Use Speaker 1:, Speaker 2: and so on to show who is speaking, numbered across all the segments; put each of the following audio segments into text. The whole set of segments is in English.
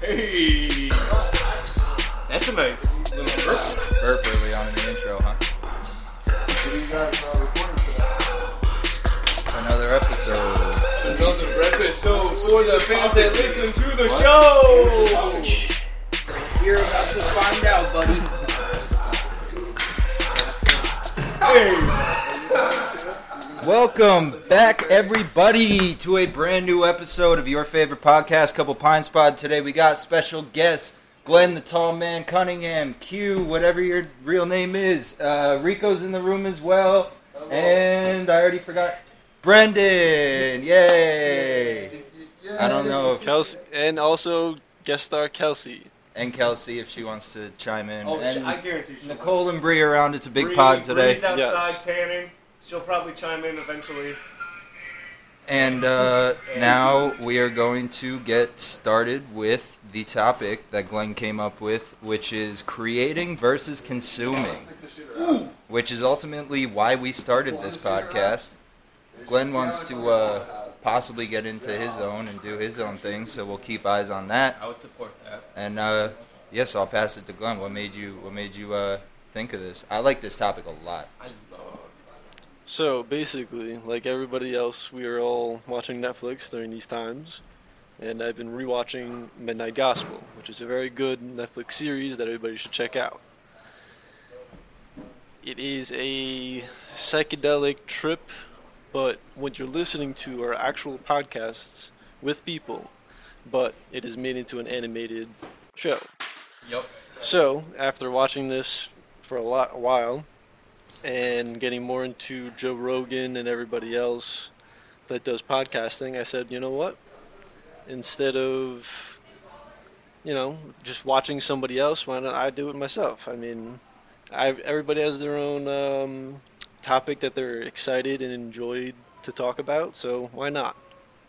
Speaker 1: Hey. That's a nice little burp.
Speaker 2: Burp early on in the intro, huh?
Speaker 3: What do you guys uh, recording for that?
Speaker 2: Another episode.
Speaker 1: Another breakfast show for the fans that listen to the show.
Speaker 4: You're about to find out, buddy.
Speaker 1: Hey.
Speaker 2: Welcome back, everybody, to a brand new episode of your favorite podcast, Couple Pines Pod. Today we got special guests Glenn the Tall Man Cunningham, Q, whatever your real name is. Uh, Rico's in the room as well. And I already forgot Brendan. Yay!
Speaker 3: Y- Yeah.
Speaker 2: I don't know if.
Speaker 5: Kelsey, and also guest star Kelsey.
Speaker 2: And Kelsey, if she wants to chime in.
Speaker 1: Oh, sh-
Speaker 2: and
Speaker 1: I guarantee she'll.
Speaker 2: Nicole and Bree around. It's a big
Speaker 1: Bree-
Speaker 2: pod today.
Speaker 1: Bree's outside
Speaker 5: Yes.
Speaker 1: tanning. She'll probably chime in eventually.
Speaker 2: And uh, now we are going to get started with the topic that Glenn came up with, which is creating versus consuming,
Speaker 3: Stick the shit around.
Speaker 2: which is ultimately why we started this podcast. Glenn wants to uh, possibly get into his own and do his own thing, so we'll keep eyes on that.
Speaker 1: I would support that.
Speaker 2: And uh, yes, I'll pass it to Glenn. What made you? What made you uh, think of this? I like this topic a lot.
Speaker 1: I love.
Speaker 5: So basically, like everybody else, we are all watching Netflix during these times, and I've been rewatching Midnight Gospel, which is a very good Netflix series that everybody should check out. It is a psychedelic trip, but what you're listening to are actual podcasts with people, but it is made into an animated show.
Speaker 1: Yep.
Speaker 5: So, after watching this for a lot a while and getting more into Joe Rogan and everybody else that does podcasting, I said, you know what? Instead of you know, just watching somebody else, why don't I do it myself? I mean, I everybody has their own um, topic that they're excited and enjoyed to talk about, so why not?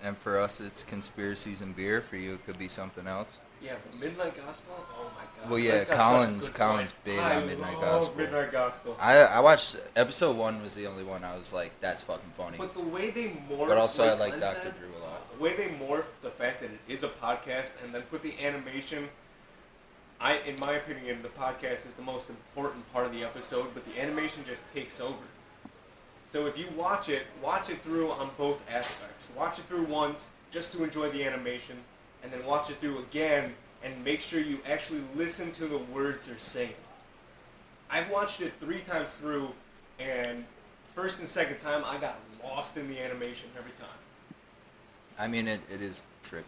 Speaker 2: And for us, it's conspiracies and beer. For you, it could be something else.
Speaker 1: Yeah, but Midnight Gospel. Oh my God.
Speaker 2: Well, yeah,
Speaker 1: That's got such a
Speaker 2: Colin's-
Speaker 1: good
Speaker 2: Colin's
Speaker 1: point.
Speaker 2: big
Speaker 1: I
Speaker 2: on Midnight
Speaker 1: love
Speaker 2: Gospel.
Speaker 1: Midnight Gospel.
Speaker 2: I, I watched episode one was the only one I was like, that's fucking funny.
Speaker 1: But the way they morph.
Speaker 2: But also, I like
Speaker 1: Glenn
Speaker 2: Dr.
Speaker 1: said,
Speaker 2: Drew a lot.
Speaker 1: The way they morph the fact that it is a podcast and then put the animation. I, in my opinion, the podcast is the most important part of the episode, but the animation just takes over. So if you watch it, watch it through on both aspects. Watch it through once just to enjoy the animation, and then watch it through again and make sure you actually listen to the words they're saying. I've watched it three times through, and first and second time I got lost in the animation every time.
Speaker 2: I mean, it, it is trippy.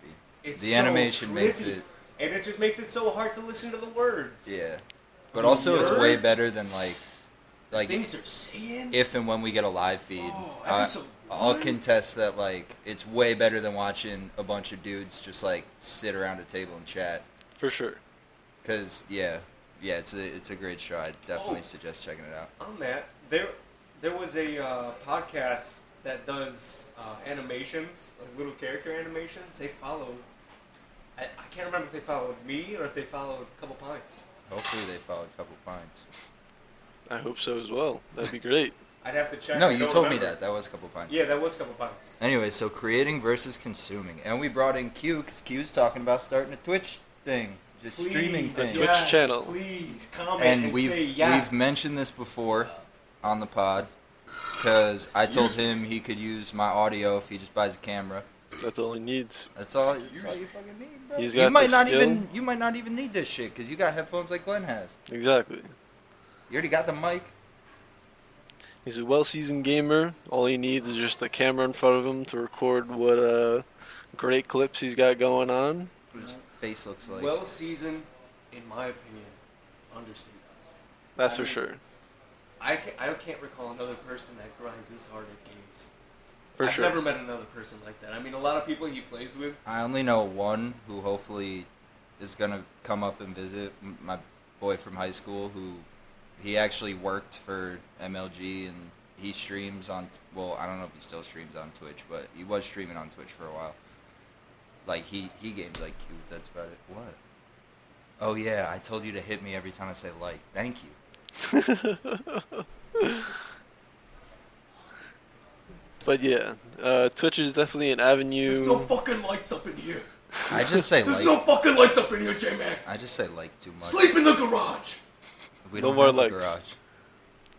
Speaker 1: It's
Speaker 2: the
Speaker 1: so
Speaker 2: animation makes
Speaker 1: trippy,
Speaker 2: it,
Speaker 1: and it just makes it so hard to listen to the words.
Speaker 2: yeah. But also, it's way
Speaker 1: Nerds.
Speaker 2: better than like, like
Speaker 1: things they're saying.
Speaker 2: if and when we get a live feed.
Speaker 1: Oh,
Speaker 2: I-
Speaker 1: episode
Speaker 2: I'll
Speaker 1: one?
Speaker 2: contest that like it's way better than watching a bunch of dudes just like sit around a table and chat.
Speaker 5: For sure.
Speaker 2: Cause yeah, yeah, it's a it's a great show. I definitely
Speaker 1: Oh.
Speaker 2: suggest checking it out.
Speaker 1: on that, there there was a uh, podcast that does uh, animations, like little character animations. They follow. I, I can't remember if they followed me or if they followed a couple pints.
Speaker 2: Hopefully, they followed a couple pints.
Speaker 5: I hope so as well. That'd be great.
Speaker 1: I'd have to check.
Speaker 2: No,
Speaker 1: I
Speaker 2: you
Speaker 1: don't
Speaker 2: told me
Speaker 1: remember.
Speaker 2: that. That was a couple pints.
Speaker 1: Yeah, that was a couple pints.
Speaker 2: Anyway, so creating versus consuming, and we brought in Q because Q's talking about starting a Twitch thing, the
Speaker 1: Please,
Speaker 2: streaming thing.
Speaker 5: Twitch
Speaker 1: yes,
Speaker 5: channel.
Speaker 1: Please comment and,
Speaker 2: And, we've
Speaker 1: say yes.
Speaker 2: we've mentioned this before on the pod because I told him he could use my audio if he just buys a camera.
Speaker 5: That's all it needs.
Speaker 2: That's all. That's all you fucking need, bro.
Speaker 5: He's
Speaker 2: you
Speaker 5: got
Speaker 2: might
Speaker 5: the
Speaker 2: not
Speaker 5: skill.
Speaker 2: even you might not even need this shit because you got headphones like Glenn has.
Speaker 5: Exactly.
Speaker 2: You already got the mic.
Speaker 5: He's a well-seasoned gamer. All he needs is just a camera in front of him to record what uh, great clips he's got going on.
Speaker 2: What his face looks like.
Speaker 1: well seasoned, in my opinion, understatement.
Speaker 5: That's
Speaker 1: I
Speaker 5: for
Speaker 1: mean-
Speaker 5: sure.
Speaker 1: I can't, I can't recall another person that grinds this hard at games.
Speaker 5: For
Speaker 1: I've
Speaker 5: sure.
Speaker 1: never met another person like that. I mean, a lot of people he plays with
Speaker 2: I only know one who hopefully is gonna come up and visit m- my boy from high school who he actually worked for MLG and he streams on t- well I don't know if he still streams on Twitch but he was streaming on Twitch for a while. Like he he games like cute. That's about it. What? Oh yeah, I told you to hit me every time I say like. Thank you.
Speaker 5: But yeah, uh, Twitch is definitely an avenue.
Speaker 1: fucking lights up in here.
Speaker 2: I just say
Speaker 1: There's
Speaker 2: like.
Speaker 1: no fucking lights up in here, J Mac.
Speaker 2: I just say like too much.
Speaker 1: Sleep in the garage.
Speaker 2: We
Speaker 5: No
Speaker 2: don't
Speaker 5: more
Speaker 2: have a
Speaker 5: legs.
Speaker 2: garage.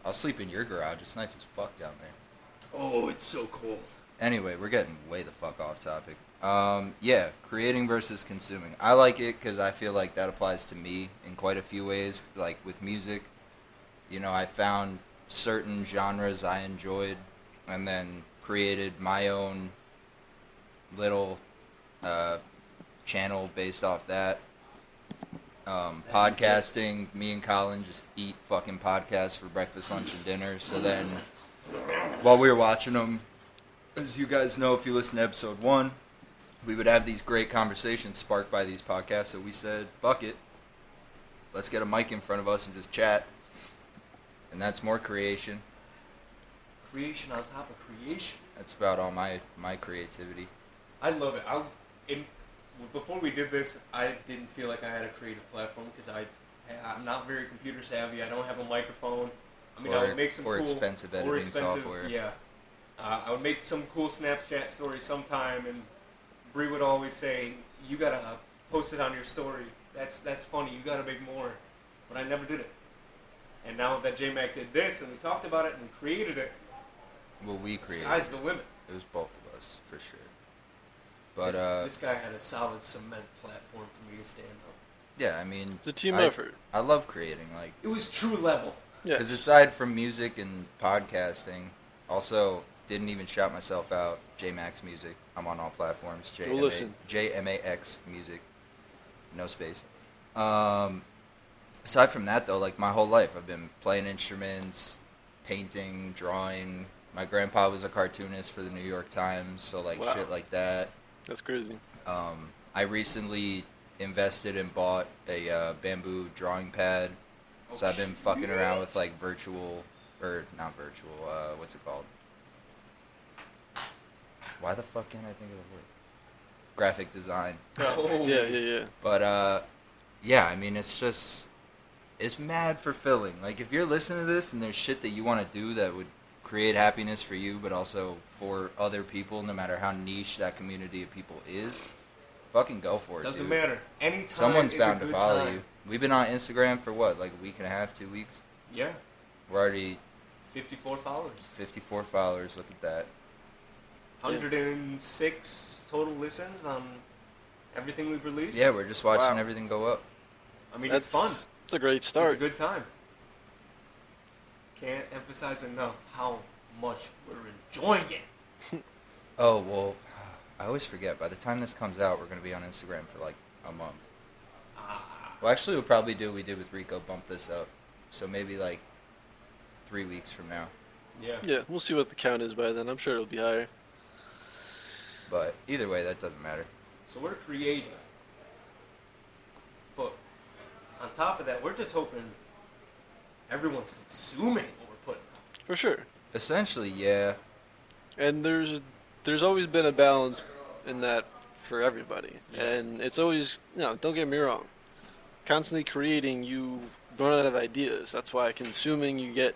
Speaker 2: I'll sleep in your garage. It's nice as fuck down there.
Speaker 1: Oh, it's so cold.
Speaker 2: Anyway, we're getting way the fuck off topic. Um, yeah, creating versus consuming. I like it because I feel like that applies to me in quite a few ways. Like with music, you know, I found certain genres I enjoyed and then created my own little uh, channel based off that. Um, podcasting, me and Colin just eat fucking podcasts for breakfast, lunch, and dinner. So then while we were watching them, as you guys know, if you listen to episode one, we would have these great conversations sparked by these podcasts. So we said, fuck it. Let's get a mic in front of us and just chat. And that's more creation.
Speaker 1: Creation on top of creation.
Speaker 2: That's about all my, my creativity.
Speaker 1: I love it. I in, before we did this, I didn't feel like I had a creative platform because I I'm not very computer savvy. I don't have a microphone. I mean, I
Speaker 2: Or-
Speaker 1: would make some
Speaker 2: or
Speaker 1: cool,
Speaker 2: expensive
Speaker 1: or
Speaker 2: editing
Speaker 1: expensive-
Speaker 2: software.
Speaker 1: Yeah, uh, I would make some cool Snapchat story sometime, and Bree would always say, "You gotta post it on your story. That's that's funny. You gotta make more." But I never did it. And now that J Mac did this, and we talked about it, and we created it,
Speaker 2: Well, we created.
Speaker 1: sky's the limit.
Speaker 2: It was both of us, for sure. But,
Speaker 1: this,
Speaker 2: uh,
Speaker 1: this guy had a solid cement platform for me to stand on.
Speaker 2: yeah, I mean.
Speaker 5: It's a team
Speaker 2: I-
Speaker 5: effort.
Speaker 2: I love creating. Like,
Speaker 1: It was true level.
Speaker 5: Yeah.
Speaker 2: Because aside from music and podcasting, also didn't even shout myself out. J Max Music. I'm on all platforms. J
Speaker 5: Go listen.
Speaker 2: M A X Music. No space. Um, aside from that, though, like my whole life, I've been playing instruments, painting, drawing. My grandpa was a cartoonist for the New York Times, so like
Speaker 5: Wow.
Speaker 2: shit like that.
Speaker 5: That's crazy.
Speaker 2: Um, I recently invested and bought a uh, bamboo drawing pad, Oh, so I've been fucking around with like virtual or not virtual. Uh, what's it called? Why the fuck can't I think of the word? Graphic design.
Speaker 1: Oh.
Speaker 5: Yeah, yeah, yeah.
Speaker 2: But uh, yeah, I mean, it's just it's mad fulfilling. Like if you're listening to this and there's shit that you want to do that would create happiness for you, but also for other people, no matter how niche that community of people is, fucking go for it.
Speaker 1: Doesn't
Speaker 2: dude.
Speaker 1: matter. Any time
Speaker 2: Someone's
Speaker 1: is
Speaker 2: bound
Speaker 1: a
Speaker 2: to
Speaker 1: good
Speaker 2: follow
Speaker 1: time.
Speaker 2: you. We've been on Instagram for what, like a week and a half, two weeks.
Speaker 1: Yeah,
Speaker 2: We're already
Speaker 1: 54 followers,
Speaker 2: 54 followers. Look at that.
Speaker 1: 106 total listens on everything we've released.
Speaker 2: Yeah, we're just watching
Speaker 5: Wow.
Speaker 2: everything go up.
Speaker 1: I mean
Speaker 5: That's
Speaker 1: it's fun.
Speaker 5: It's a great
Speaker 1: It's a
Speaker 5: start.
Speaker 1: good time. Can't emphasize enough how much we're enjoying it.
Speaker 2: Oh well, I always forget. By the time this comes out, we're gonna be on Instagram for like a month.
Speaker 1: Ah,
Speaker 2: Well, actually, we'll probably do what we did with Rico, bump this up. So maybe like three weeks from now.
Speaker 1: Yeah.
Speaker 5: Yeah, we'll see what the count is by then. I'm sure it'll be higher.
Speaker 2: But either way, that doesn't matter.
Speaker 1: So we're creating. But on top of that, we're just hoping everyone's consuming what we're putting out.
Speaker 5: For sure.
Speaker 2: Essentially, yeah.
Speaker 5: and there's there's always been a balance in that for everybody
Speaker 1: Yeah.
Speaker 5: and it's always no don't get me wrong constantly creating you run out of ideas that's why consuming you get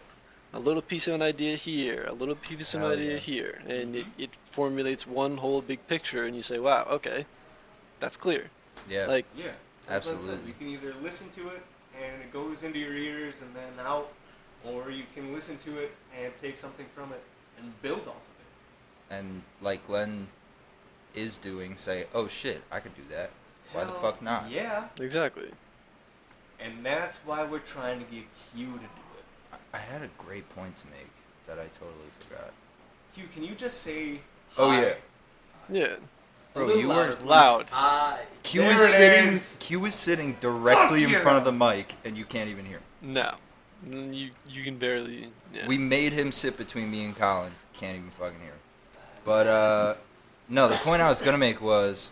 Speaker 5: a little piece of an idea here a little piece of an
Speaker 2: Hell
Speaker 5: idea
Speaker 2: yeah.
Speaker 5: here and it, it formulates one whole big picture and you say wow okay that's clear
Speaker 2: Yeah.
Speaker 5: like
Speaker 1: Yeah, that's what I said.
Speaker 2: Absolutely.
Speaker 1: You can either listen to it and it goes into your ears and then out, or you can listen to it and take something from it and build off of it.
Speaker 2: and like Glenn is doing, say, oh shit, I could do that. Why the
Speaker 1: Hell,
Speaker 2: fuck not?
Speaker 1: Yeah,
Speaker 5: exactly
Speaker 1: and that's why we're trying to get Q to do it.
Speaker 2: I- I had a great point to make that I totally forgot.
Speaker 1: Q, can you just say?
Speaker 2: Oh,
Speaker 1: hi?
Speaker 2: yeah.
Speaker 5: yeah
Speaker 2: Bro, you were
Speaker 5: loud
Speaker 4: Hi.
Speaker 2: Q
Speaker 1: There
Speaker 2: is
Speaker 1: it
Speaker 2: sitting.
Speaker 1: is.
Speaker 2: Q is sitting directly
Speaker 1: Fuck
Speaker 2: in
Speaker 1: you.
Speaker 2: front of the mic, and you can't even hear. him.
Speaker 5: no Mm, you you can barely yeah.
Speaker 2: We made him sit between me and Colin. Can't even fucking hear him. But uh, no, the point I was gonna make was,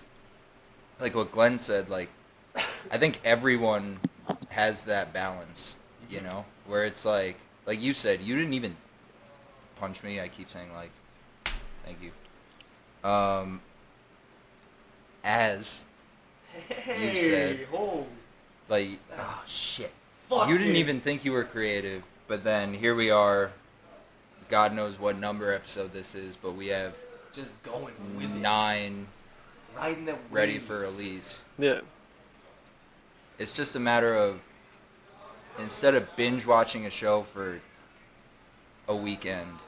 Speaker 2: like what Glenn said. Like, I think everyone has that balance, you know, where it's like, like you said, you didn't even punch me. I keep saying like, thank you. Um, as
Speaker 1: Hey,
Speaker 2: said-
Speaker 1: ho,
Speaker 2: like, oh shit.
Speaker 1: fuck
Speaker 2: you didn't
Speaker 1: it.
Speaker 2: even think you were creative, but then here we are. God knows what number episode this is, but we have
Speaker 1: just going with it.
Speaker 2: nine
Speaker 1: riding that
Speaker 2: ready
Speaker 1: wave.
Speaker 2: for a lease.
Speaker 5: Yeah.
Speaker 2: It's just a matter of instead of binge watching a show for a weekend,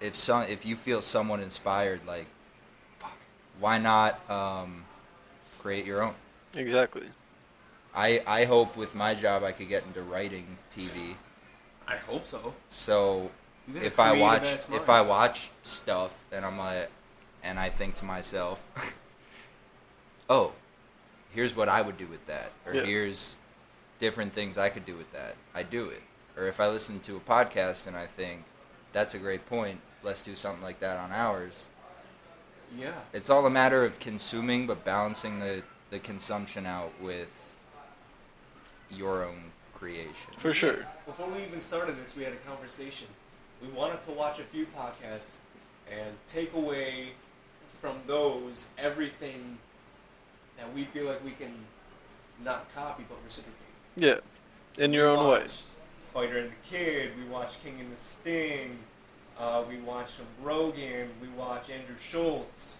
Speaker 2: if some if you feel somewhat inspired, like fuck, why not um, create your own?
Speaker 5: Exactly.
Speaker 2: I I hope with my job I could get into writing TV.
Speaker 1: I hope so.
Speaker 2: So
Speaker 1: You got a
Speaker 2: if I
Speaker 1: creative
Speaker 2: watch
Speaker 1: ass mind.
Speaker 2: if I watch stuff and I'm like and I think to myself, "Oh, here's what I would do with that." Or
Speaker 5: Yeah.
Speaker 2: here's different things I could do with that. I do it. Or if I listen to a podcast and I think, "That's a great point. Let's do something like that on ours."
Speaker 1: Yeah.
Speaker 2: It's all a matter of consuming but balancing the the consumption out with your own creation.
Speaker 5: For sure.
Speaker 1: Before we even started this, we had a conversation. We wanted to watch a few podcasts and take away from those everything that we feel like we can not copy but reciprocate.
Speaker 5: Yeah. In your own way.
Speaker 1: watched Fighter and the Kid. We watched King and the Sting. Uh, we watched some Rogan. We watched Andrew Schultz.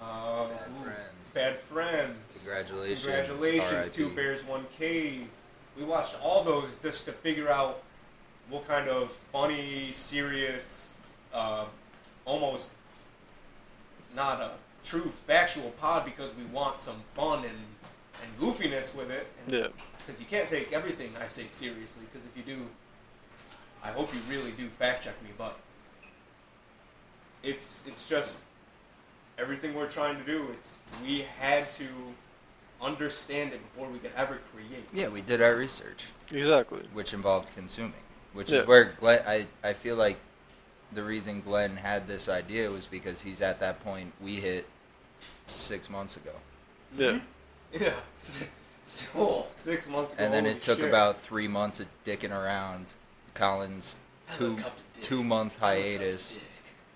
Speaker 1: Um,
Speaker 2: Bad
Speaker 1: ooh,
Speaker 2: Friends.
Speaker 1: Bad Friends.
Speaker 2: Congratulations,
Speaker 1: Congratulations.
Speaker 2: RIP.
Speaker 1: Two Bears, One Cave. We watched all those just to figure out what kind of funny, serious, uh, almost not a true factual pod because we want some fun and, and goofiness with it. And
Speaker 5: Yeah.
Speaker 1: because you can't take everything I say seriously. Because if you do, I hope you really do fact check me. But it's it's just everything we're trying to do. It's we had to understand it before we could ever create.
Speaker 2: Yeah, we did our research.
Speaker 5: Exactly.
Speaker 2: which involved consuming, which
Speaker 5: Yeah.
Speaker 2: is where Glenn. I, I feel like the reason Glenn had this idea was because he's at that point we hit six months ago,
Speaker 5: Yeah.
Speaker 1: Yeah. So six months ago,
Speaker 2: and then
Speaker 1: holy
Speaker 2: it took
Speaker 1: shit.
Speaker 2: about three months of dicking around Colin's two
Speaker 1: Helicopter dick.
Speaker 2: two month hiatus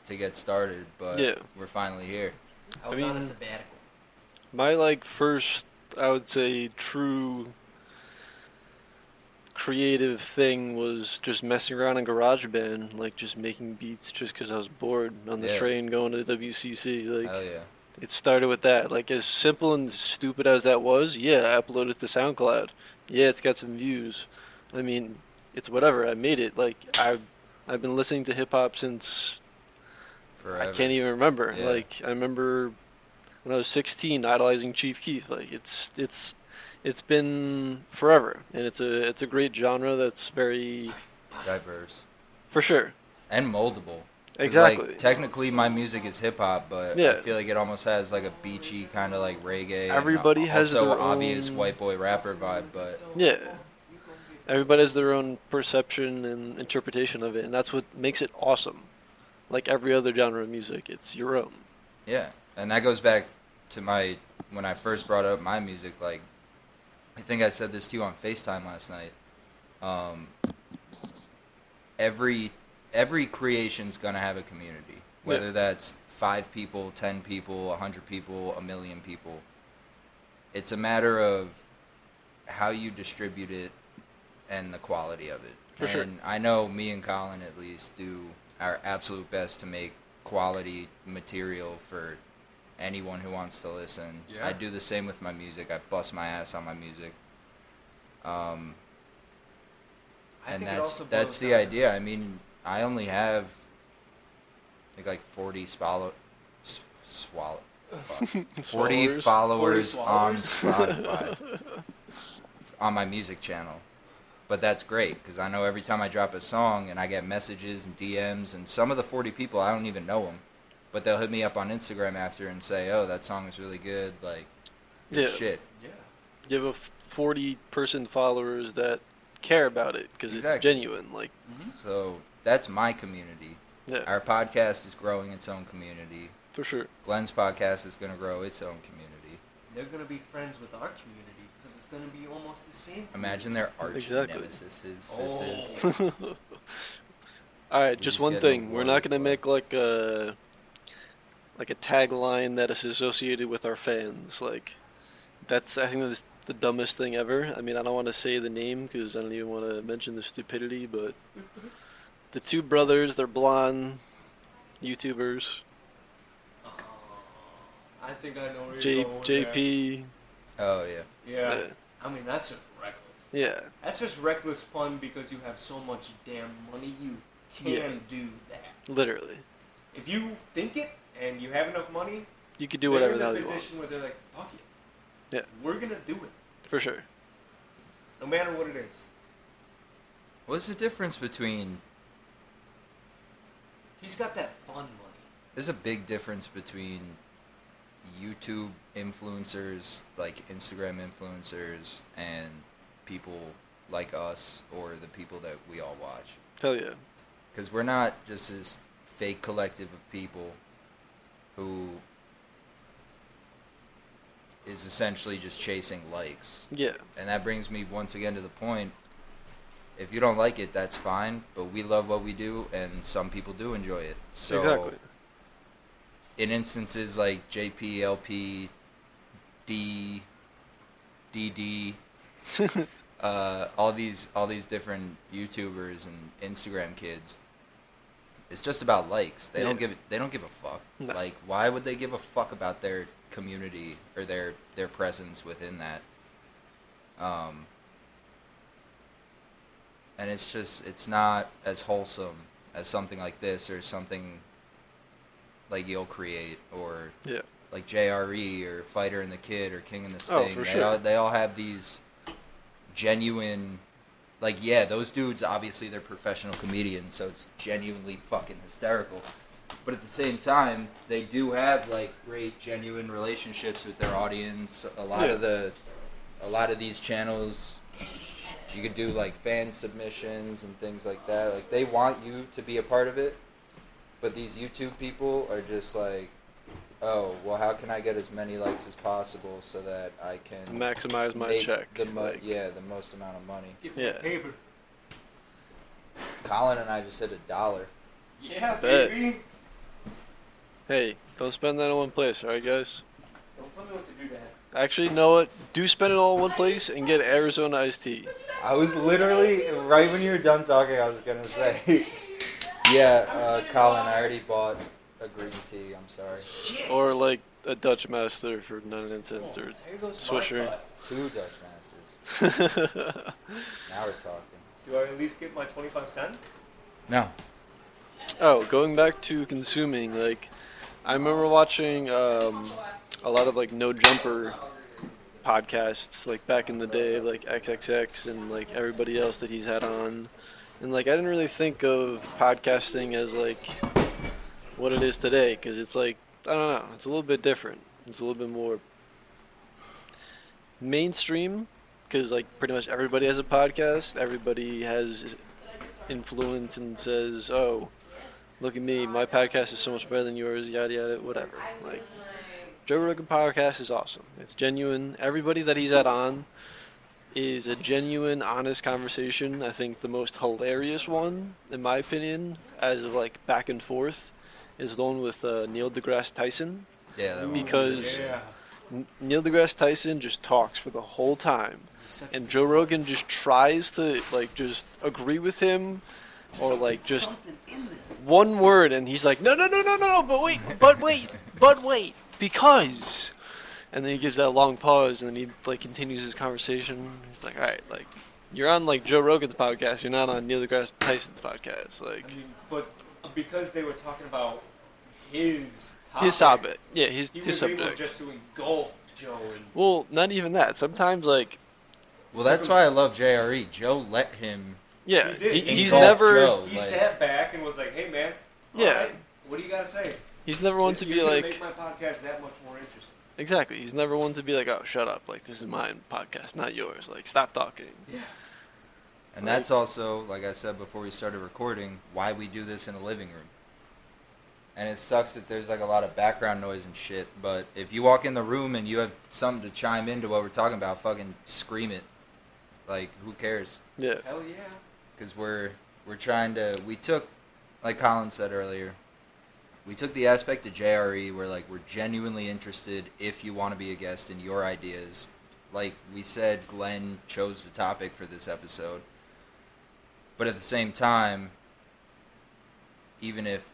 Speaker 2: to get started, but
Speaker 5: Yeah.
Speaker 2: we're finally here.
Speaker 1: I was
Speaker 5: I
Speaker 1: on a
Speaker 5: mean-
Speaker 1: sabbatical.
Speaker 5: My like first, I would say, true creative thing was just messing around in GarageBand, like just making beats, just because I was bored on the
Speaker 2: Yeah.
Speaker 5: train going to WCC. Like
Speaker 2: Hell yeah!
Speaker 5: it started with that. Like as simple and stupid as that was, yeah, I uploaded it to SoundCloud. Yeah, it's got some views. I mean, it's whatever. I made it. Like I've I've been listening to hip hop since
Speaker 2: Forever.
Speaker 5: I can't even remember.
Speaker 2: Yeah.
Speaker 5: Like I remember when I was 16, idolizing Chief Keef. Like it's it's it's been forever, and it's a it's a great genre that's very e-
Speaker 2: diverse
Speaker 5: for sure.
Speaker 2: and moldable. 'Cause, like,
Speaker 5: Exactly.
Speaker 2: technically, my music is hip hop, but I
Speaker 5: Yeah.
Speaker 2: feel like it almost has like a beachy kind of like reggae. and
Speaker 5: Everybody has
Speaker 2: also
Speaker 5: their
Speaker 2: obvious
Speaker 5: own-
Speaker 2: white boy rapper vibe, but
Speaker 5: Yeah. Everybody has their own perception and interpretation of it, and that's what makes it awesome. Like every other genre of music, it's your own.
Speaker 2: yeah, and that goes back to my when I first brought up my music. Like, I think I said this to you on Facetime last night. Um, every every creation's gonna have a community, whether
Speaker 5: Yeah.
Speaker 2: that's five people, ten people, a hundred people, a million people. It's a matter of how you distribute it and the quality of it.
Speaker 5: For sure.
Speaker 2: and I know me and Colin at least do our absolute best to make quality material for anyone who wants to listen.
Speaker 1: Yeah.
Speaker 2: I do the same with my music. I bust my ass on my music. Um,
Speaker 1: I
Speaker 2: and
Speaker 1: think it
Speaker 2: that's
Speaker 1: also
Speaker 2: that's
Speaker 1: boils
Speaker 2: the
Speaker 1: down-
Speaker 2: idea. I mean, I only have I think like forty swallow s- swallow fuck. forty followers,
Speaker 5: Followers?
Speaker 1: 40
Speaker 2: on
Speaker 1: swallowers?
Speaker 2: Spotify on my music channel. But that's great because I know every time I drop a song and I get messages and DMs and some of the forty people I don't even know them, but they'll hit me up on Instagram after and say, "Oh, that song is really good." Like, good
Speaker 5: Yeah.
Speaker 2: shit.
Speaker 1: Yeah.
Speaker 5: You have a f- 40 person followers that care about it because it's
Speaker 2: Exactly.
Speaker 5: genuine. Like,
Speaker 2: So that's my community.
Speaker 5: yeah,
Speaker 2: Our podcast is growing its own community.
Speaker 5: for sure.
Speaker 2: Glenn's podcast is going to grow its own community.
Speaker 1: They're gonna be friends with our community because it's gonna be almost the same.
Speaker 2: Imagine their arch
Speaker 5: Exactly.
Speaker 2: nemesis, his
Speaker 1: Oh.
Speaker 2: sisters.
Speaker 5: All right,
Speaker 2: just
Speaker 5: just one
Speaker 2: get
Speaker 5: thing.
Speaker 2: on
Speaker 5: We're
Speaker 2: board
Speaker 5: not
Speaker 2: with
Speaker 5: gonna
Speaker 2: that.
Speaker 5: make like a like a tagline that is associated with our fans. Like that's I think that's the dumbest thing ever. I mean, I don't want to say the name because I don't even want to mention the stupidity. But the two brothers, they're blonde YouTubers.
Speaker 1: Oh, I think I know where you're
Speaker 5: J-
Speaker 1: going with that.
Speaker 5: JP.
Speaker 2: Oh yeah.
Speaker 1: Yeah.
Speaker 5: Uh,
Speaker 1: I mean, that's just reckless.
Speaker 5: yeah.
Speaker 1: That's just reckless fun because you have so much damn money. You can
Speaker 5: Yeah.
Speaker 1: do that.
Speaker 5: Literally.
Speaker 1: If you think it and you have enough money,
Speaker 5: You could do whatever
Speaker 1: they're
Speaker 5: the
Speaker 1: in a
Speaker 5: hell you want.
Speaker 1: position where they're like, fuck it.
Speaker 5: Yeah.
Speaker 1: We're going to do it,
Speaker 5: For sure.
Speaker 1: no matter what it is.
Speaker 2: What's the difference between?
Speaker 1: He's got that fun money.
Speaker 2: There's a big difference between YouTube influencers, like Instagram influencers, and people like us or the people that we all watch.
Speaker 5: Hell yeah.
Speaker 2: because we're not just this fake collective of people who is essentially just chasing likes.
Speaker 5: Yeah.
Speaker 2: And that brings me once again to the point if you don't like it, that's fine, but we love what we do, and some people do enjoy it. So,
Speaker 5: exactly.
Speaker 2: in instances like JPLP, D, DD, uh, all these all these different YouTubers and Instagram kids. It's just about likes. They don't
Speaker 5: Yeah.
Speaker 2: give a- they don't give a fuck.
Speaker 5: No.
Speaker 2: Like why would they give a fuck about their community or their their presence within that? Um and it's just it's not as wholesome as something like this or something like you'll create or
Speaker 5: Yeah.
Speaker 2: like JRE or Fighter and the Kid or King and the Sting.
Speaker 5: Oh, for
Speaker 2: they,
Speaker 5: sure.
Speaker 2: all, they all have these genuine, like, yeah, those dudes, obviously, they're professional comedians, so it's genuinely fucking hysterical. But at the same time, they do have, like, great, genuine relationships with their audience. A lot of
Speaker 5: Yeah.
Speaker 2: the, a lot of these channels, you could do, like, fan submissions and things like that. Like, they want you to be a part of it. But these YouTube people are just like, oh, well, how can I get as many likes as possible so that I can
Speaker 5: Maximize my
Speaker 2: make
Speaker 5: check.
Speaker 2: The mo-
Speaker 5: like,
Speaker 2: yeah, the most amount of money.
Speaker 1: Give
Speaker 5: Yeah.
Speaker 1: me paper.
Speaker 2: Colin and I just hit a dollar.
Speaker 1: Yeah,
Speaker 5: Bet.
Speaker 1: baby.
Speaker 5: Hey, don't spend that in one place, all right, guys?
Speaker 1: Don't tell me what to do to that.
Speaker 5: Actually, you know what? Do spend it all in one place and get Arizona iced tea.
Speaker 2: I was literally right when you were done talking. I was gonna say, yeah, uh, Colin, I already bought a green tea. I'm sorry,
Speaker 1: Shit.
Speaker 5: Or like a Dutch master for 99
Speaker 1: Oh,
Speaker 5: cents or.
Speaker 1: there goes my
Speaker 5: Swisher.
Speaker 1: butt.
Speaker 2: two Dutch masters. Now we're talking.
Speaker 1: Do I at least get my 25 cents?
Speaker 2: No.
Speaker 5: oh, going back to consuming, like, I remember watching um, a lot of like no jumper podcasts, like back in the day, like XXX and like everybody else that he's had on. And like, I didn't really think of podcasting as like what it is today because it's like, I don't know, it's a little bit different. It's a little bit more mainstream because like pretty much everybody has a podcast, everybody has influence and says, "Oh, look at me, my podcast is so much better than yours." Yada yada, whatever. Like Joe Rogan podcast is awesome. It's genuine. Everybody that he's had on is a genuine, honest conversation. I think the most hilarious one, in my opinion, as of like back and forth, is the one with uh, Neil deGrasse Tyson.
Speaker 2: Yeah, that one was
Speaker 5: Because-
Speaker 2: good.
Speaker 1: Yeah.
Speaker 5: N- Neil deGrasse Tyson just talks for the whole time
Speaker 1: He's such
Speaker 5: and
Speaker 1: a-
Speaker 5: Joe Rogan just tries to like just agree with him or like just
Speaker 1: Something in there.
Speaker 5: one word and he's like no no no no no but wait but wait but wait because and then he gives that long pause and then he like continues his conversation he's like all right like you're on like Joe Rogan's podcast you're not on Neil deGrasse Tyson's podcast like
Speaker 1: I mean, but because they were talking about his topic,
Speaker 5: his topic yeah his
Speaker 1: Ah, he
Speaker 5: his
Speaker 1: was able
Speaker 5: subject
Speaker 1: just to engulf Joe and
Speaker 5: well not even that sometimes like
Speaker 2: Well, that's why I love JRE. Joe let him.
Speaker 5: yeah
Speaker 1: He did.
Speaker 5: he-
Speaker 1: He
Speaker 5: he's
Speaker 2: solved
Speaker 5: never
Speaker 2: Joe.
Speaker 1: he
Speaker 2: like-
Speaker 1: sat back and was like, "Hey, man, all
Speaker 5: Yeah.
Speaker 1: right, what do you gotta say?
Speaker 5: he's never one
Speaker 1: This-
Speaker 5: to
Speaker 1: you're
Speaker 5: be
Speaker 1: gonna
Speaker 5: like
Speaker 1: make my podcast that much more interesting."
Speaker 5: Exactly. He's never one to be like, "Oh, shut up! Like this is my podcast, not yours. Like stop talking."
Speaker 1: Yeah,
Speaker 2: And that's also, like I said before we started recording, why we do this in a living room. And it sucks that there's like a lot of background noise and shit, but if you walk in the room and you have something to chime into what we're talking about, fucking scream it. Like who cares?
Speaker 5: Yeah.
Speaker 1: hell yeah.
Speaker 2: Cuz we're we're trying to we took like Colin said earlier, we took the aspect of JRE where like we're genuinely interested if you want to be a guest in your ideas. Like we said, Glenn chose the topic for this episode. But at the same time, even if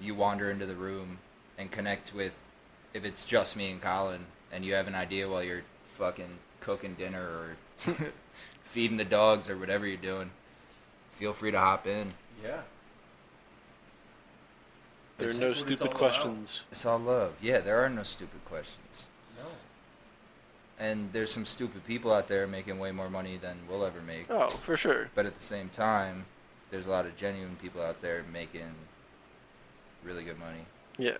Speaker 2: you wander into the room and connect with if it's just me and Colin and you have an idea while you're fucking cooking dinner or feeding the dogs or whatever you're doing, feel free to hop in.
Speaker 1: Yeah.
Speaker 5: There are
Speaker 1: That's
Speaker 5: no
Speaker 1: what it's all
Speaker 5: stupid
Speaker 1: about.
Speaker 5: questions.
Speaker 2: It's all love. Yeah, there are no stupid questions.
Speaker 1: No.
Speaker 2: And there's some stupid people out there making way more money than we'll ever make.
Speaker 5: Oh, for sure.
Speaker 2: But at the same time, there's a lot of genuine people out there making really good money.
Speaker 5: Yeah.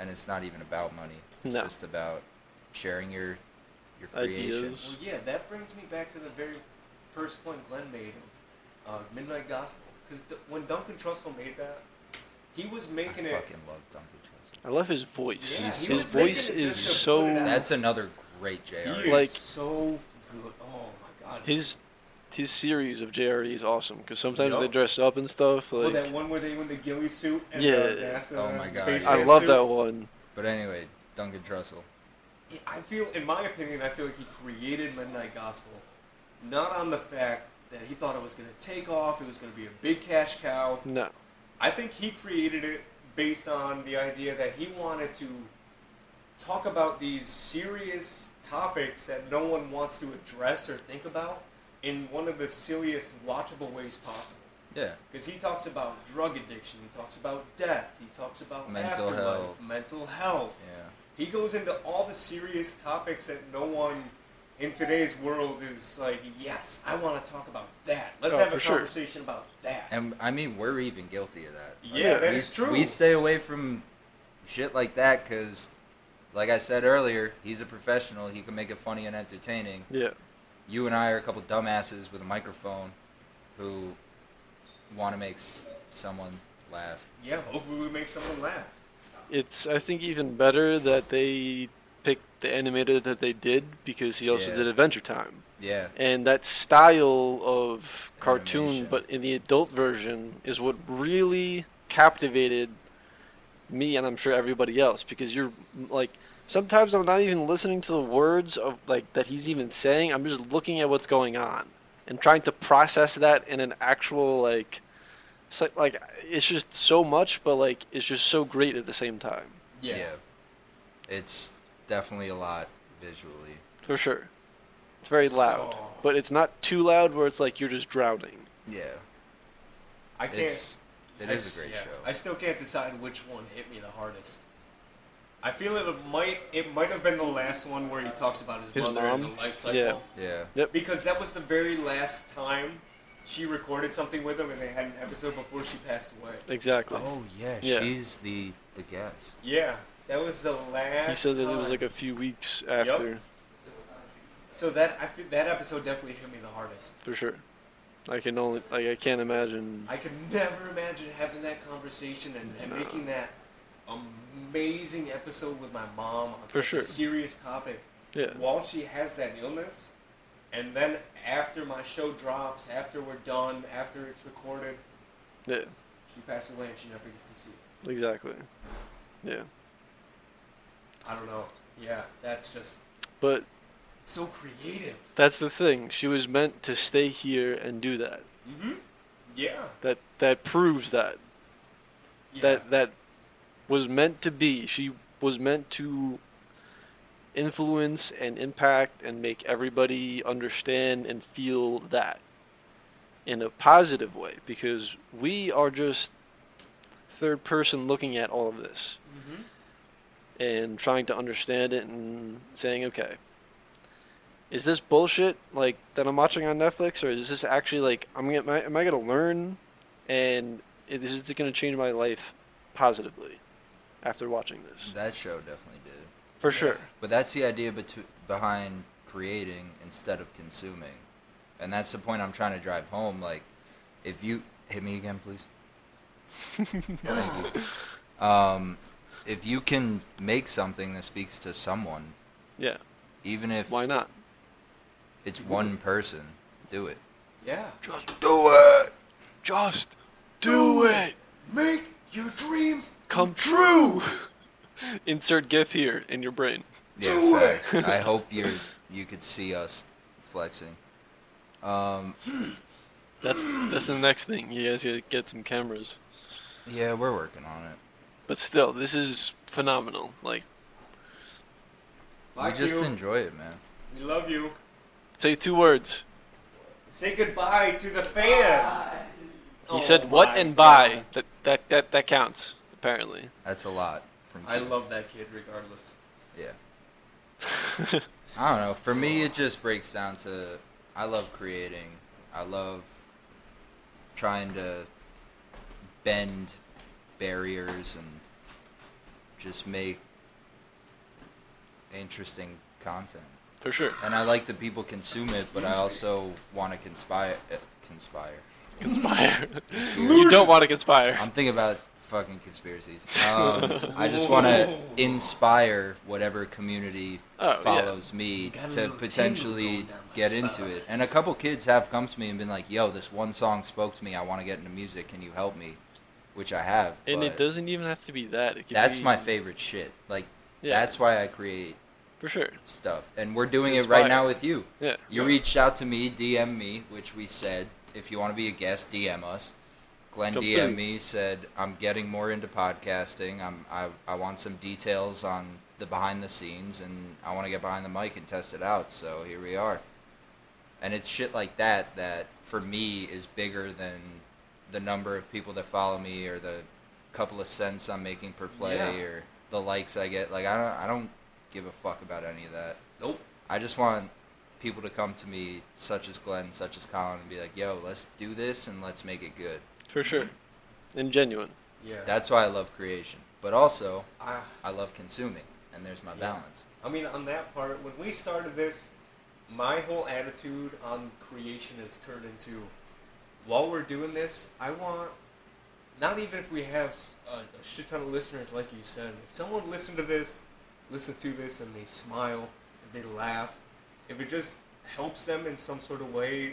Speaker 2: And it's not even about money. It's
Speaker 5: No.
Speaker 2: just about sharing your your
Speaker 5: Ideas.
Speaker 2: creations.
Speaker 1: Well, yeah, that brings me back to the very first point Glenn made of uh, Midnight Gospel. Because d- when Duncan Trussell made that, he was
Speaker 2: I
Speaker 1: making
Speaker 2: fucking
Speaker 1: it.
Speaker 2: love Duncan Trussell.
Speaker 5: I love his voice.
Speaker 1: Yeah,
Speaker 2: He's- he
Speaker 5: his
Speaker 2: was
Speaker 5: voice
Speaker 1: making it
Speaker 5: is
Speaker 1: just to put it out.
Speaker 5: so
Speaker 2: That's another great JR.
Speaker 1: He is
Speaker 5: Like-
Speaker 1: so good. Oh my god.
Speaker 5: his his series of JRE is awesome because sometimes they
Speaker 1: Yup.
Speaker 5: dress up and stuff.
Speaker 1: well,
Speaker 5: Like
Speaker 1: that one where they win the ghillie suit and the
Speaker 5: Yeah.
Speaker 1: NASA
Speaker 2: Oh my God.
Speaker 1: space
Speaker 5: I
Speaker 1: man
Speaker 5: love
Speaker 1: suit.
Speaker 5: that one.
Speaker 2: But anyway, Duncan Trussell.
Speaker 1: I feel, in my opinion, I feel like he created Midnight Gospel, not on the fact that he thought it was going to take off, it was going to be a big cash cow.
Speaker 5: No,
Speaker 1: I think he created it based on the idea that he wanted to talk about these serious topics that no one wants to address or think about in one of the silliest, watchable ways possible.
Speaker 2: Yeah.
Speaker 1: Because he talks about drug addiction, he talks about death, he talks about
Speaker 2: Mental
Speaker 1: afterlife,
Speaker 2: health.
Speaker 1: mental health.
Speaker 2: Yeah.
Speaker 1: He goes into all the serious topics that no one in today's world is like, yes, I want to talk about that. Let's
Speaker 5: Oh,
Speaker 1: have a
Speaker 5: for sure.
Speaker 1: conversation about that.
Speaker 2: And I mean, we're even guilty of that. Like,
Speaker 1: yeah, that
Speaker 2: we-
Speaker 1: is true.
Speaker 2: We stay away from shit like that because, like I said earlier, he's a professional. He can make it funny and entertaining.
Speaker 5: yeah,
Speaker 2: You and I are a couple dumbasses with a microphone who want to make s- someone laugh.
Speaker 1: yeah, hopefully we make someone laugh.
Speaker 5: it's I think even better that they picked the animator that they did because he also
Speaker 2: Yeah.
Speaker 5: did Adventure Time
Speaker 2: Yeah.
Speaker 5: and that style of cartoon,
Speaker 2: Animation.
Speaker 5: but in the adult version, is what really captivated me and I'm sure everybody else because you're like sometimes I'm not even listening to the words of like that he's even saying. I'm just looking at what's going on and trying to process that in an actual like it's like, like it's just so much but like it's just so great at the same time.
Speaker 1: Yeah.
Speaker 2: It's definitely a lot visually.
Speaker 5: For sure. It's very
Speaker 1: So-
Speaker 5: loud, but it's not too loud where it's like you're just drowning.
Speaker 2: Yeah.
Speaker 1: I can't.
Speaker 2: It's it
Speaker 1: I
Speaker 2: is
Speaker 1: s-
Speaker 2: a great
Speaker 1: yeah,
Speaker 2: show.
Speaker 1: I still can't decide which one hit me the hardest. I feel it might it might have been the last one where he talks about his,
Speaker 5: His
Speaker 1: mother and the
Speaker 5: mom?
Speaker 1: life cycle.
Speaker 5: Yeah.
Speaker 2: yeah.
Speaker 1: Because that was the very last time she recorded something with him, and they had an episode before she passed away.
Speaker 5: Exactly.
Speaker 2: Oh yeah,
Speaker 5: Yeah.
Speaker 2: she's the the guest.
Speaker 1: Yeah, that was the last.
Speaker 5: He said that it was
Speaker 1: time.
Speaker 5: like a few weeks after,
Speaker 1: So that I think that episode definitely hit me the hardest.
Speaker 5: for sure. I can only, like, I can't imagine.
Speaker 1: I could never imagine having that conversation and, and
Speaker 5: No.
Speaker 1: making that amazing episode with my mom on
Speaker 5: For
Speaker 1: such
Speaker 5: sure.
Speaker 1: a serious topic
Speaker 5: yeah,
Speaker 1: while she has that illness. And then after my show drops, after we're done, after it's recorded,
Speaker 5: yeah,
Speaker 1: she passed away and she never gets to see it.
Speaker 5: exactly. Yeah,
Speaker 1: I don't know. Yeah, that's just
Speaker 5: but
Speaker 1: it's so creative.
Speaker 5: that's the thing. She was meant to stay here and do that.
Speaker 1: Mm-hmm. Yeah.
Speaker 5: That that proves that
Speaker 1: yeah.
Speaker 5: that that was meant to be. She was meant to influence and impact and make everybody understand and feel that in a positive way because we are just third person looking at all of this
Speaker 1: Mhm.
Speaker 5: and trying to understand it and saying, okay, is this bullshit like that I'm watching on Netflix, or is this actually like I'm gonna, am I, am I gonna learn, and is this gonna change my life positively after watching this?
Speaker 2: That show definitely did.
Speaker 5: For sure.
Speaker 2: But that's the idea betw behind creating instead of consuming. And that's the point I'm trying to drive home. Like, if you hit me again, please. Thank you. Um, if you can make something that speaks to someone,
Speaker 5: Yeah.
Speaker 2: even if
Speaker 5: Why not?
Speaker 2: it's one person, do it.
Speaker 1: Yeah.
Speaker 2: Just do it.
Speaker 5: Just do it.
Speaker 1: Make your dreams
Speaker 5: Come true. Insert GIF here in your brain.
Speaker 2: Yeah,
Speaker 1: Do
Speaker 2: facts. I hope you you could see us flexing. Um,
Speaker 5: That's that's the next thing. You guys gotta get some cameras.
Speaker 2: yeah, we're working on it.
Speaker 5: But still, this is phenomenal. Like,
Speaker 1: Fuck
Speaker 2: we just
Speaker 1: you.
Speaker 2: enjoy it, man.
Speaker 1: we love you.
Speaker 5: say two words.
Speaker 1: Say goodbye to the fans.
Speaker 5: He
Speaker 1: Oh
Speaker 5: said what
Speaker 1: my
Speaker 5: and
Speaker 1: God.
Speaker 5: by. That, that that that counts apparently.
Speaker 2: That's a lot. From
Speaker 1: I
Speaker 2: Keith.
Speaker 1: love that kid regardless.
Speaker 2: Yeah. I don't know. For me, it just breaks down to I love creating. I love trying to bend barriers and just make interesting content.
Speaker 5: For sure.
Speaker 2: And I like that people consume it, but I also want to conspire. eh, Conspire.
Speaker 5: Conspire. you don't want to conspire.
Speaker 2: I'm thinking about fucking conspiracies. Um, I just want to inspire whatever community
Speaker 5: Oh, yeah.
Speaker 2: follows me
Speaker 1: Got a
Speaker 2: to
Speaker 1: little tingle
Speaker 2: potentially
Speaker 1: going down my
Speaker 2: get
Speaker 1: spine.
Speaker 2: into it. And a couple kids have come to me and been like, "Yo, this one song spoke to me. I want to get into music. Can you help me?" Which I have.
Speaker 5: And it
Speaker 2: but
Speaker 5: doesn't even have to be that. It could
Speaker 2: That's
Speaker 5: be-
Speaker 2: my favorite shit. Like
Speaker 5: Yeah.
Speaker 2: that's why I create
Speaker 5: For sure.
Speaker 2: stuff. And we're doing
Speaker 5: To
Speaker 2: it right
Speaker 5: inspire.
Speaker 2: now with you.
Speaker 5: Yeah.
Speaker 2: You reached out to me, DM me, which we said, if you want to be a guest, DM us. Glenn
Speaker 5: Come
Speaker 2: DM
Speaker 5: through.
Speaker 2: me said, I'm getting more into podcasting. I'm, I, I want some details on the behind the scenes, and I want to get behind the mic and test it out. So here we are. And it's shit like that that, for me, is bigger than the number of people that follow me or the couple of cents I'm making per play
Speaker 1: Yeah.
Speaker 2: or the likes I get. Like, I don't, I don't give a fuck about any of that.
Speaker 1: Nope.
Speaker 2: I just want people to come to me, such as Glenn, such as Colin, and be like, yo, let's do this and let's make it good.
Speaker 5: For sure. And genuine.
Speaker 1: Yeah.
Speaker 2: That's why I love creation. But also,
Speaker 1: I,
Speaker 2: I love consuming, and there's my
Speaker 1: Yeah.
Speaker 2: balance.
Speaker 1: I mean, on that part, when we started this, my whole attitude on creation has turned into, while we're doing this, I want, not even if we have s- a, a shit ton of listeners, like you said, if someone listened to this, listens to this, and they smile, if they laugh, if it just helps them in some sort of way,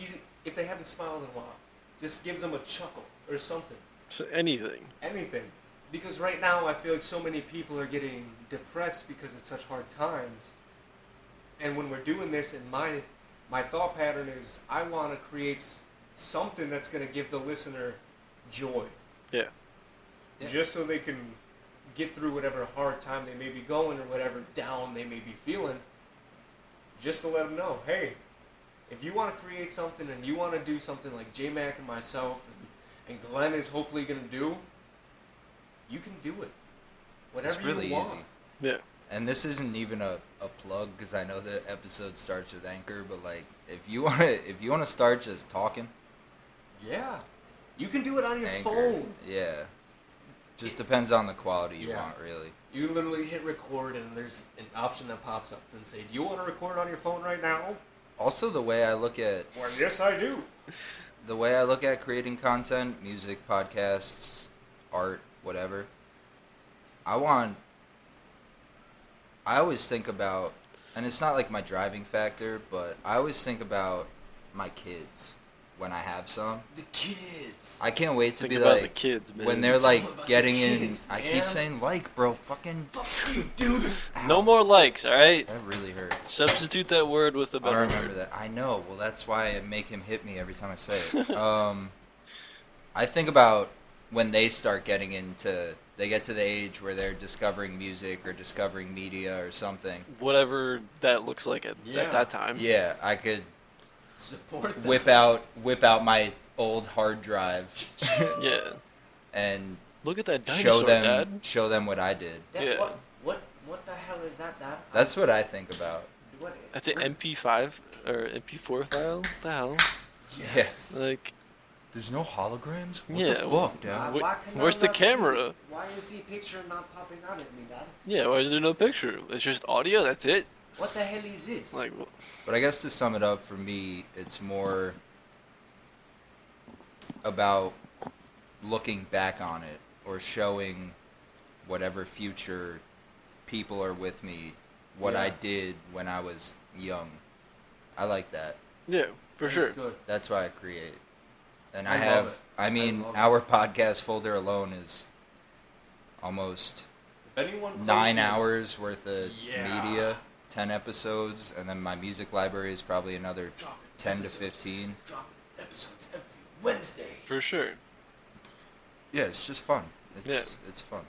Speaker 1: easy, if they haven't smiled in a while, just gives them a chuckle or something
Speaker 5: So anything.
Speaker 1: anything. Because right now I feel like so many people are getting depressed because it's such hard times. And when we're doing this, and my my thought pattern is I want to create s- something that's going to give the listener joy,
Speaker 5: Yeah.
Speaker 2: Yeah.
Speaker 1: just so they can get through whatever hard time they may be going or whatever down they may be feeling. Just to let them know, hey, if you want to create something and you want to do something like J Mac and myself and, and Glenn is hopefully going to do, you can do it. Whatever
Speaker 2: it's really
Speaker 1: you want.
Speaker 2: easy.
Speaker 5: Yeah.
Speaker 2: And this isn't even a, a plug because I know the episode starts with Anchor, but like if you want to if you want to start just talking,
Speaker 1: Yeah. You can do it on your
Speaker 2: Anchor,
Speaker 1: phone.
Speaker 2: yeah, just depends on the quality you
Speaker 1: Yeah.
Speaker 2: want, really.
Speaker 1: You literally hit record and there's an option that pops up and say, "Do you want to record on your phone right now?"
Speaker 2: Also, the way I look at
Speaker 1: Well, yes, I do.
Speaker 2: the way I look at creating content, music, podcasts, art, whatever, I want. I always think about, and it's not like my driving factor, but I always think about my kids when I have some.
Speaker 1: The kids.
Speaker 2: I can't wait to
Speaker 5: Think
Speaker 2: be
Speaker 5: about
Speaker 2: like
Speaker 5: the kids, man.
Speaker 2: when they're
Speaker 1: It's all about the
Speaker 2: like getting
Speaker 1: kids,
Speaker 2: in. I
Speaker 1: man.
Speaker 2: keep saying like, bro, fucking.
Speaker 1: Fuck you, dude.
Speaker 5: No more likes, all right?
Speaker 2: That really hurt.
Speaker 5: Substitute that word with a
Speaker 2: I
Speaker 5: better
Speaker 2: remember
Speaker 5: word.
Speaker 2: that. I know. Well, that's why I make him hit me every time I say it. Um, I think about when they start getting into, they get to the age where they're discovering music or discovering media or something.
Speaker 5: Whatever that looks like at,
Speaker 1: Yeah.
Speaker 5: at that time.
Speaker 2: Yeah, I could
Speaker 1: Support them.
Speaker 2: whip out whip out my old hard drive
Speaker 5: Yeah.
Speaker 2: and
Speaker 5: Look at that dinosaur,
Speaker 2: show them
Speaker 5: Dad.
Speaker 2: show them what I did.
Speaker 1: That-
Speaker 5: Yeah.
Speaker 1: What, what? What the hell is that? That.
Speaker 2: That's what I think about.
Speaker 1: What,
Speaker 5: That's an MP5 or MP4 file. What the hell?
Speaker 2: Yes.
Speaker 5: Like,
Speaker 2: There's no holograms. What
Speaker 5: Yeah,
Speaker 2: the
Speaker 5: well-
Speaker 2: fuck, Dad?
Speaker 5: Wh-
Speaker 1: why can I
Speaker 5: where's the
Speaker 1: not see-
Speaker 5: camera?
Speaker 1: why is the picture not popping out at me, Dad?
Speaker 5: yeah, why is there no picture? It's just audio, that's it?
Speaker 1: What the hell is this?
Speaker 5: Like, wh-
Speaker 2: But I guess to sum it up for me, it's more about looking back on it or showing whatever future people are with me what I
Speaker 1: Yeah.
Speaker 2: did when I was young. I like that.
Speaker 5: yeah, for
Speaker 1: That's
Speaker 5: sure.
Speaker 1: Good.
Speaker 2: That's why I create. And
Speaker 1: I
Speaker 2: I,
Speaker 1: love
Speaker 2: have
Speaker 1: it.
Speaker 2: I mean
Speaker 1: I love it.
Speaker 2: our podcast folder alone is almost
Speaker 1: If anyone plays
Speaker 2: 9
Speaker 1: the-
Speaker 2: hours worth of
Speaker 1: Yeah.
Speaker 2: media, 10 episodes and then my music library is probably another
Speaker 1: Drop it.
Speaker 2: 10 to
Speaker 1: Episodes.
Speaker 2: 15.
Speaker 1: Drop episodes every Wednesday.
Speaker 5: For sure.
Speaker 2: Yeah, it's just fun. It's it's fun.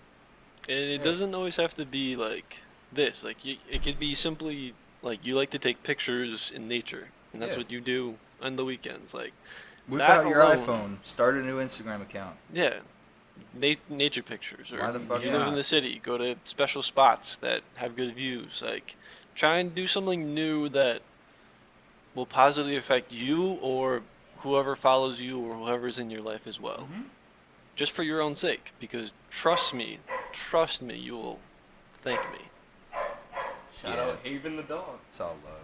Speaker 5: And it doesn't always have to be like this. Like you, it could be simply like you like to take pictures in nature, and that's
Speaker 2: Yeah.
Speaker 5: what you do on the weekends. Like
Speaker 2: Whip
Speaker 5: That
Speaker 2: out your
Speaker 5: alone-
Speaker 2: iPhone. Start a new Instagram account.
Speaker 5: yeah, na- nature pictures. Or
Speaker 2: Why the fuck
Speaker 5: if you live in
Speaker 2: not?
Speaker 5: the city, go to special spots that have good views. Like try and do something new that will positively affect you or whoever follows you or whoever's in your life as well.
Speaker 2: Mm-hmm.
Speaker 5: Just for your own sake, because trust me, trust me, you will thank me.
Speaker 1: Shout out Haven the dog.
Speaker 2: It's all love.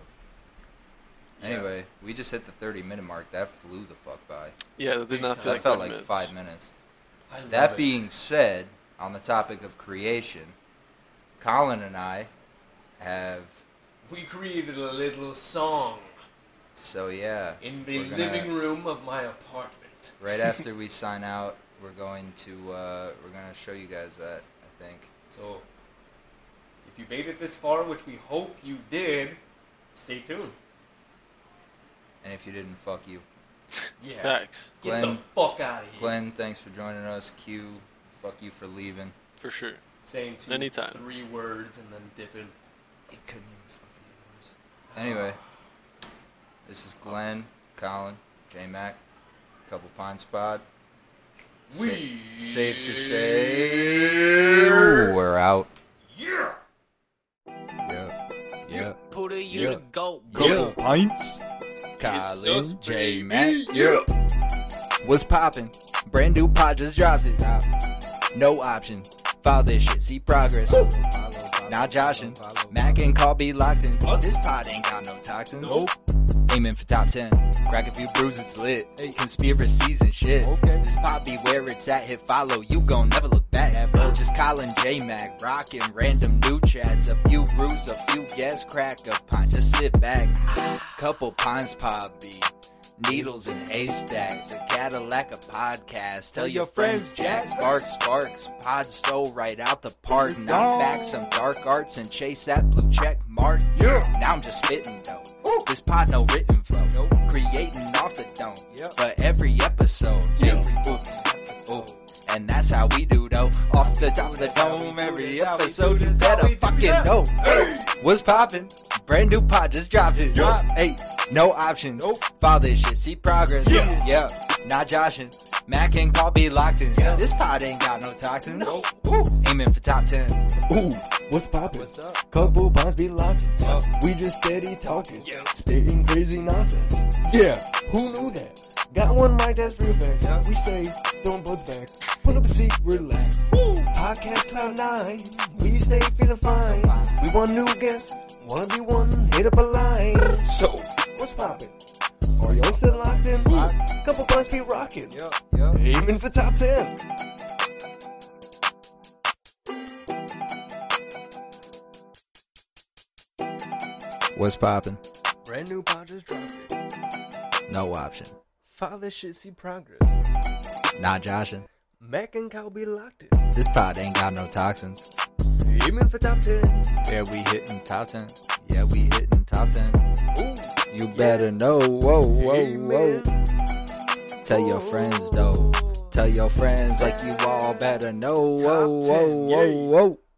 Speaker 2: Anyway, we just hit the 30 minute mark. That flew the fuck by.
Speaker 5: Yeah, that did
Speaker 1: Big
Speaker 5: not
Speaker 1: time.
Speaker 5: feel
Speaker 2: That
Speaker 5: like
Speaker 2: felt
Speaker 5: five
Speaker 2: like
Speaker 5: minutes.
Speaker 2: five minutes.
Speaker 1: I love
Speaker 2: That
Speaker 1: it.
Speaker 2: being said, on the topic of creation, Colin and I have.
Speaker 1: we created a little song
Speaker 2: So yeah,
Speaker 1: in the
Speaker 2: we're gonna-
Speaker 1: living room of my apartment.
Speaker 2: Right after we sign out, we're going to uh, we're gonna show you guys that. I think.
Speaker 1: So, if you made it this far, which we hope you did, stay tuned.
Speaker 2: And if you didn't, fuck you.
Speaker 1: Yeah.
Speaker 5: Facts,
Speaker 1: Get
Speaker 2: Glenn-
Speaker 1: the fuck out of here.
Speaker 2: Glenn, thanks for joining us. Q, fuck you for leaving.
Speaker 5: for sure.
Speaker 1: Saying two,
Speaker 5: Anytime.
Speaker 1: three words and then dipping.
Speaker 2: You couldn't even fucking hear the words. Anyway, this is Glenn, Colin, J Mac, couple Pine Spot. Sa-
Speaker 1: We-
Speaker 2: safe to say we're out.
Speaker 1: Yeah.
Speaker 2: Yep. Yep.
Speaker 6: Put a you
Speaker 2: Yeah.
Speaker 6: to go.
Speaker 2: Couple pints.
Speaker 6: It's
Speaker 2: Colin,
Speaker 6: us,
Speaker 2: J Mac. Yep. What's poppin'? Brand new pod just dropped it. No option. Follow this shit. See progress. Not joshin'. Mac and call be locked in. This pod ain't got no toxins. Nope. Aiming for top 10. Crack a few brews, it's lit. Conspiracies and shit. This pod be where it's at. Hit follow. You gon' never look back. Just Colin J Mac. Rockin' random new chats. A few brews, a few guests. Crack a pint. Just sit back. Couple pints, pod be. Needles and A stacks, a Cadillac, a podcast. Tell your friends, Jack. Spark, sparks, pod so right out the park. Knock back some dark arts and chase that blue check mark. Yeah. Now I'm just spitting though. This pod no written flow. Creating off the dome. For every episode.
Speaker 7: Uh,
Speaker 2: Ooh. Ooh. And that's how we do though. Off the top of the dome, every episode you better fucking know. What's poppin'? Brand new pod just dropped it. Drop. Hey, no options. Nope. Follow this shit, see progress. Yeah. Not joshin'. Mac and call be locked in. This pod ain't got no toxins. Ooh. Aiming for top ten.
Speaker 7: Ooh, what's poppin'? Couple bonds be locked. We just steady talking, spitting crazy nonsense. Yeah, who knew that? Got one mic that's real fact. We stay throwing butts back. Pull up a seat, relax. Podcast cloud nine. We stay feeling fine. We want new guests. Wanna be one? Hit up a line. So what's poppin'? Are y'all still locked in? Couple bonds be rocking. Aiming for top ten.
Speaker 2: What's poppin'?
Speaker 7: Brand new pod just dropped it.
Speaker 2: No option.
Speaker 7: Follow this shit, see progress.
Speaker 2: Not joshin'.
Speaker 7: Mac and Kyle be locked in.
Speaker 2: This pod ain't got no toxins.
Speaker 7: Aiming for top 10.
Speaker 2: Yeah, we hitting top ten. Yeah, we hitting top ten. You better know. Whoa, whoa, whoa. Tell your friends though. Tell your friends like you all better know. Whoa, whoa, whoa, whoa.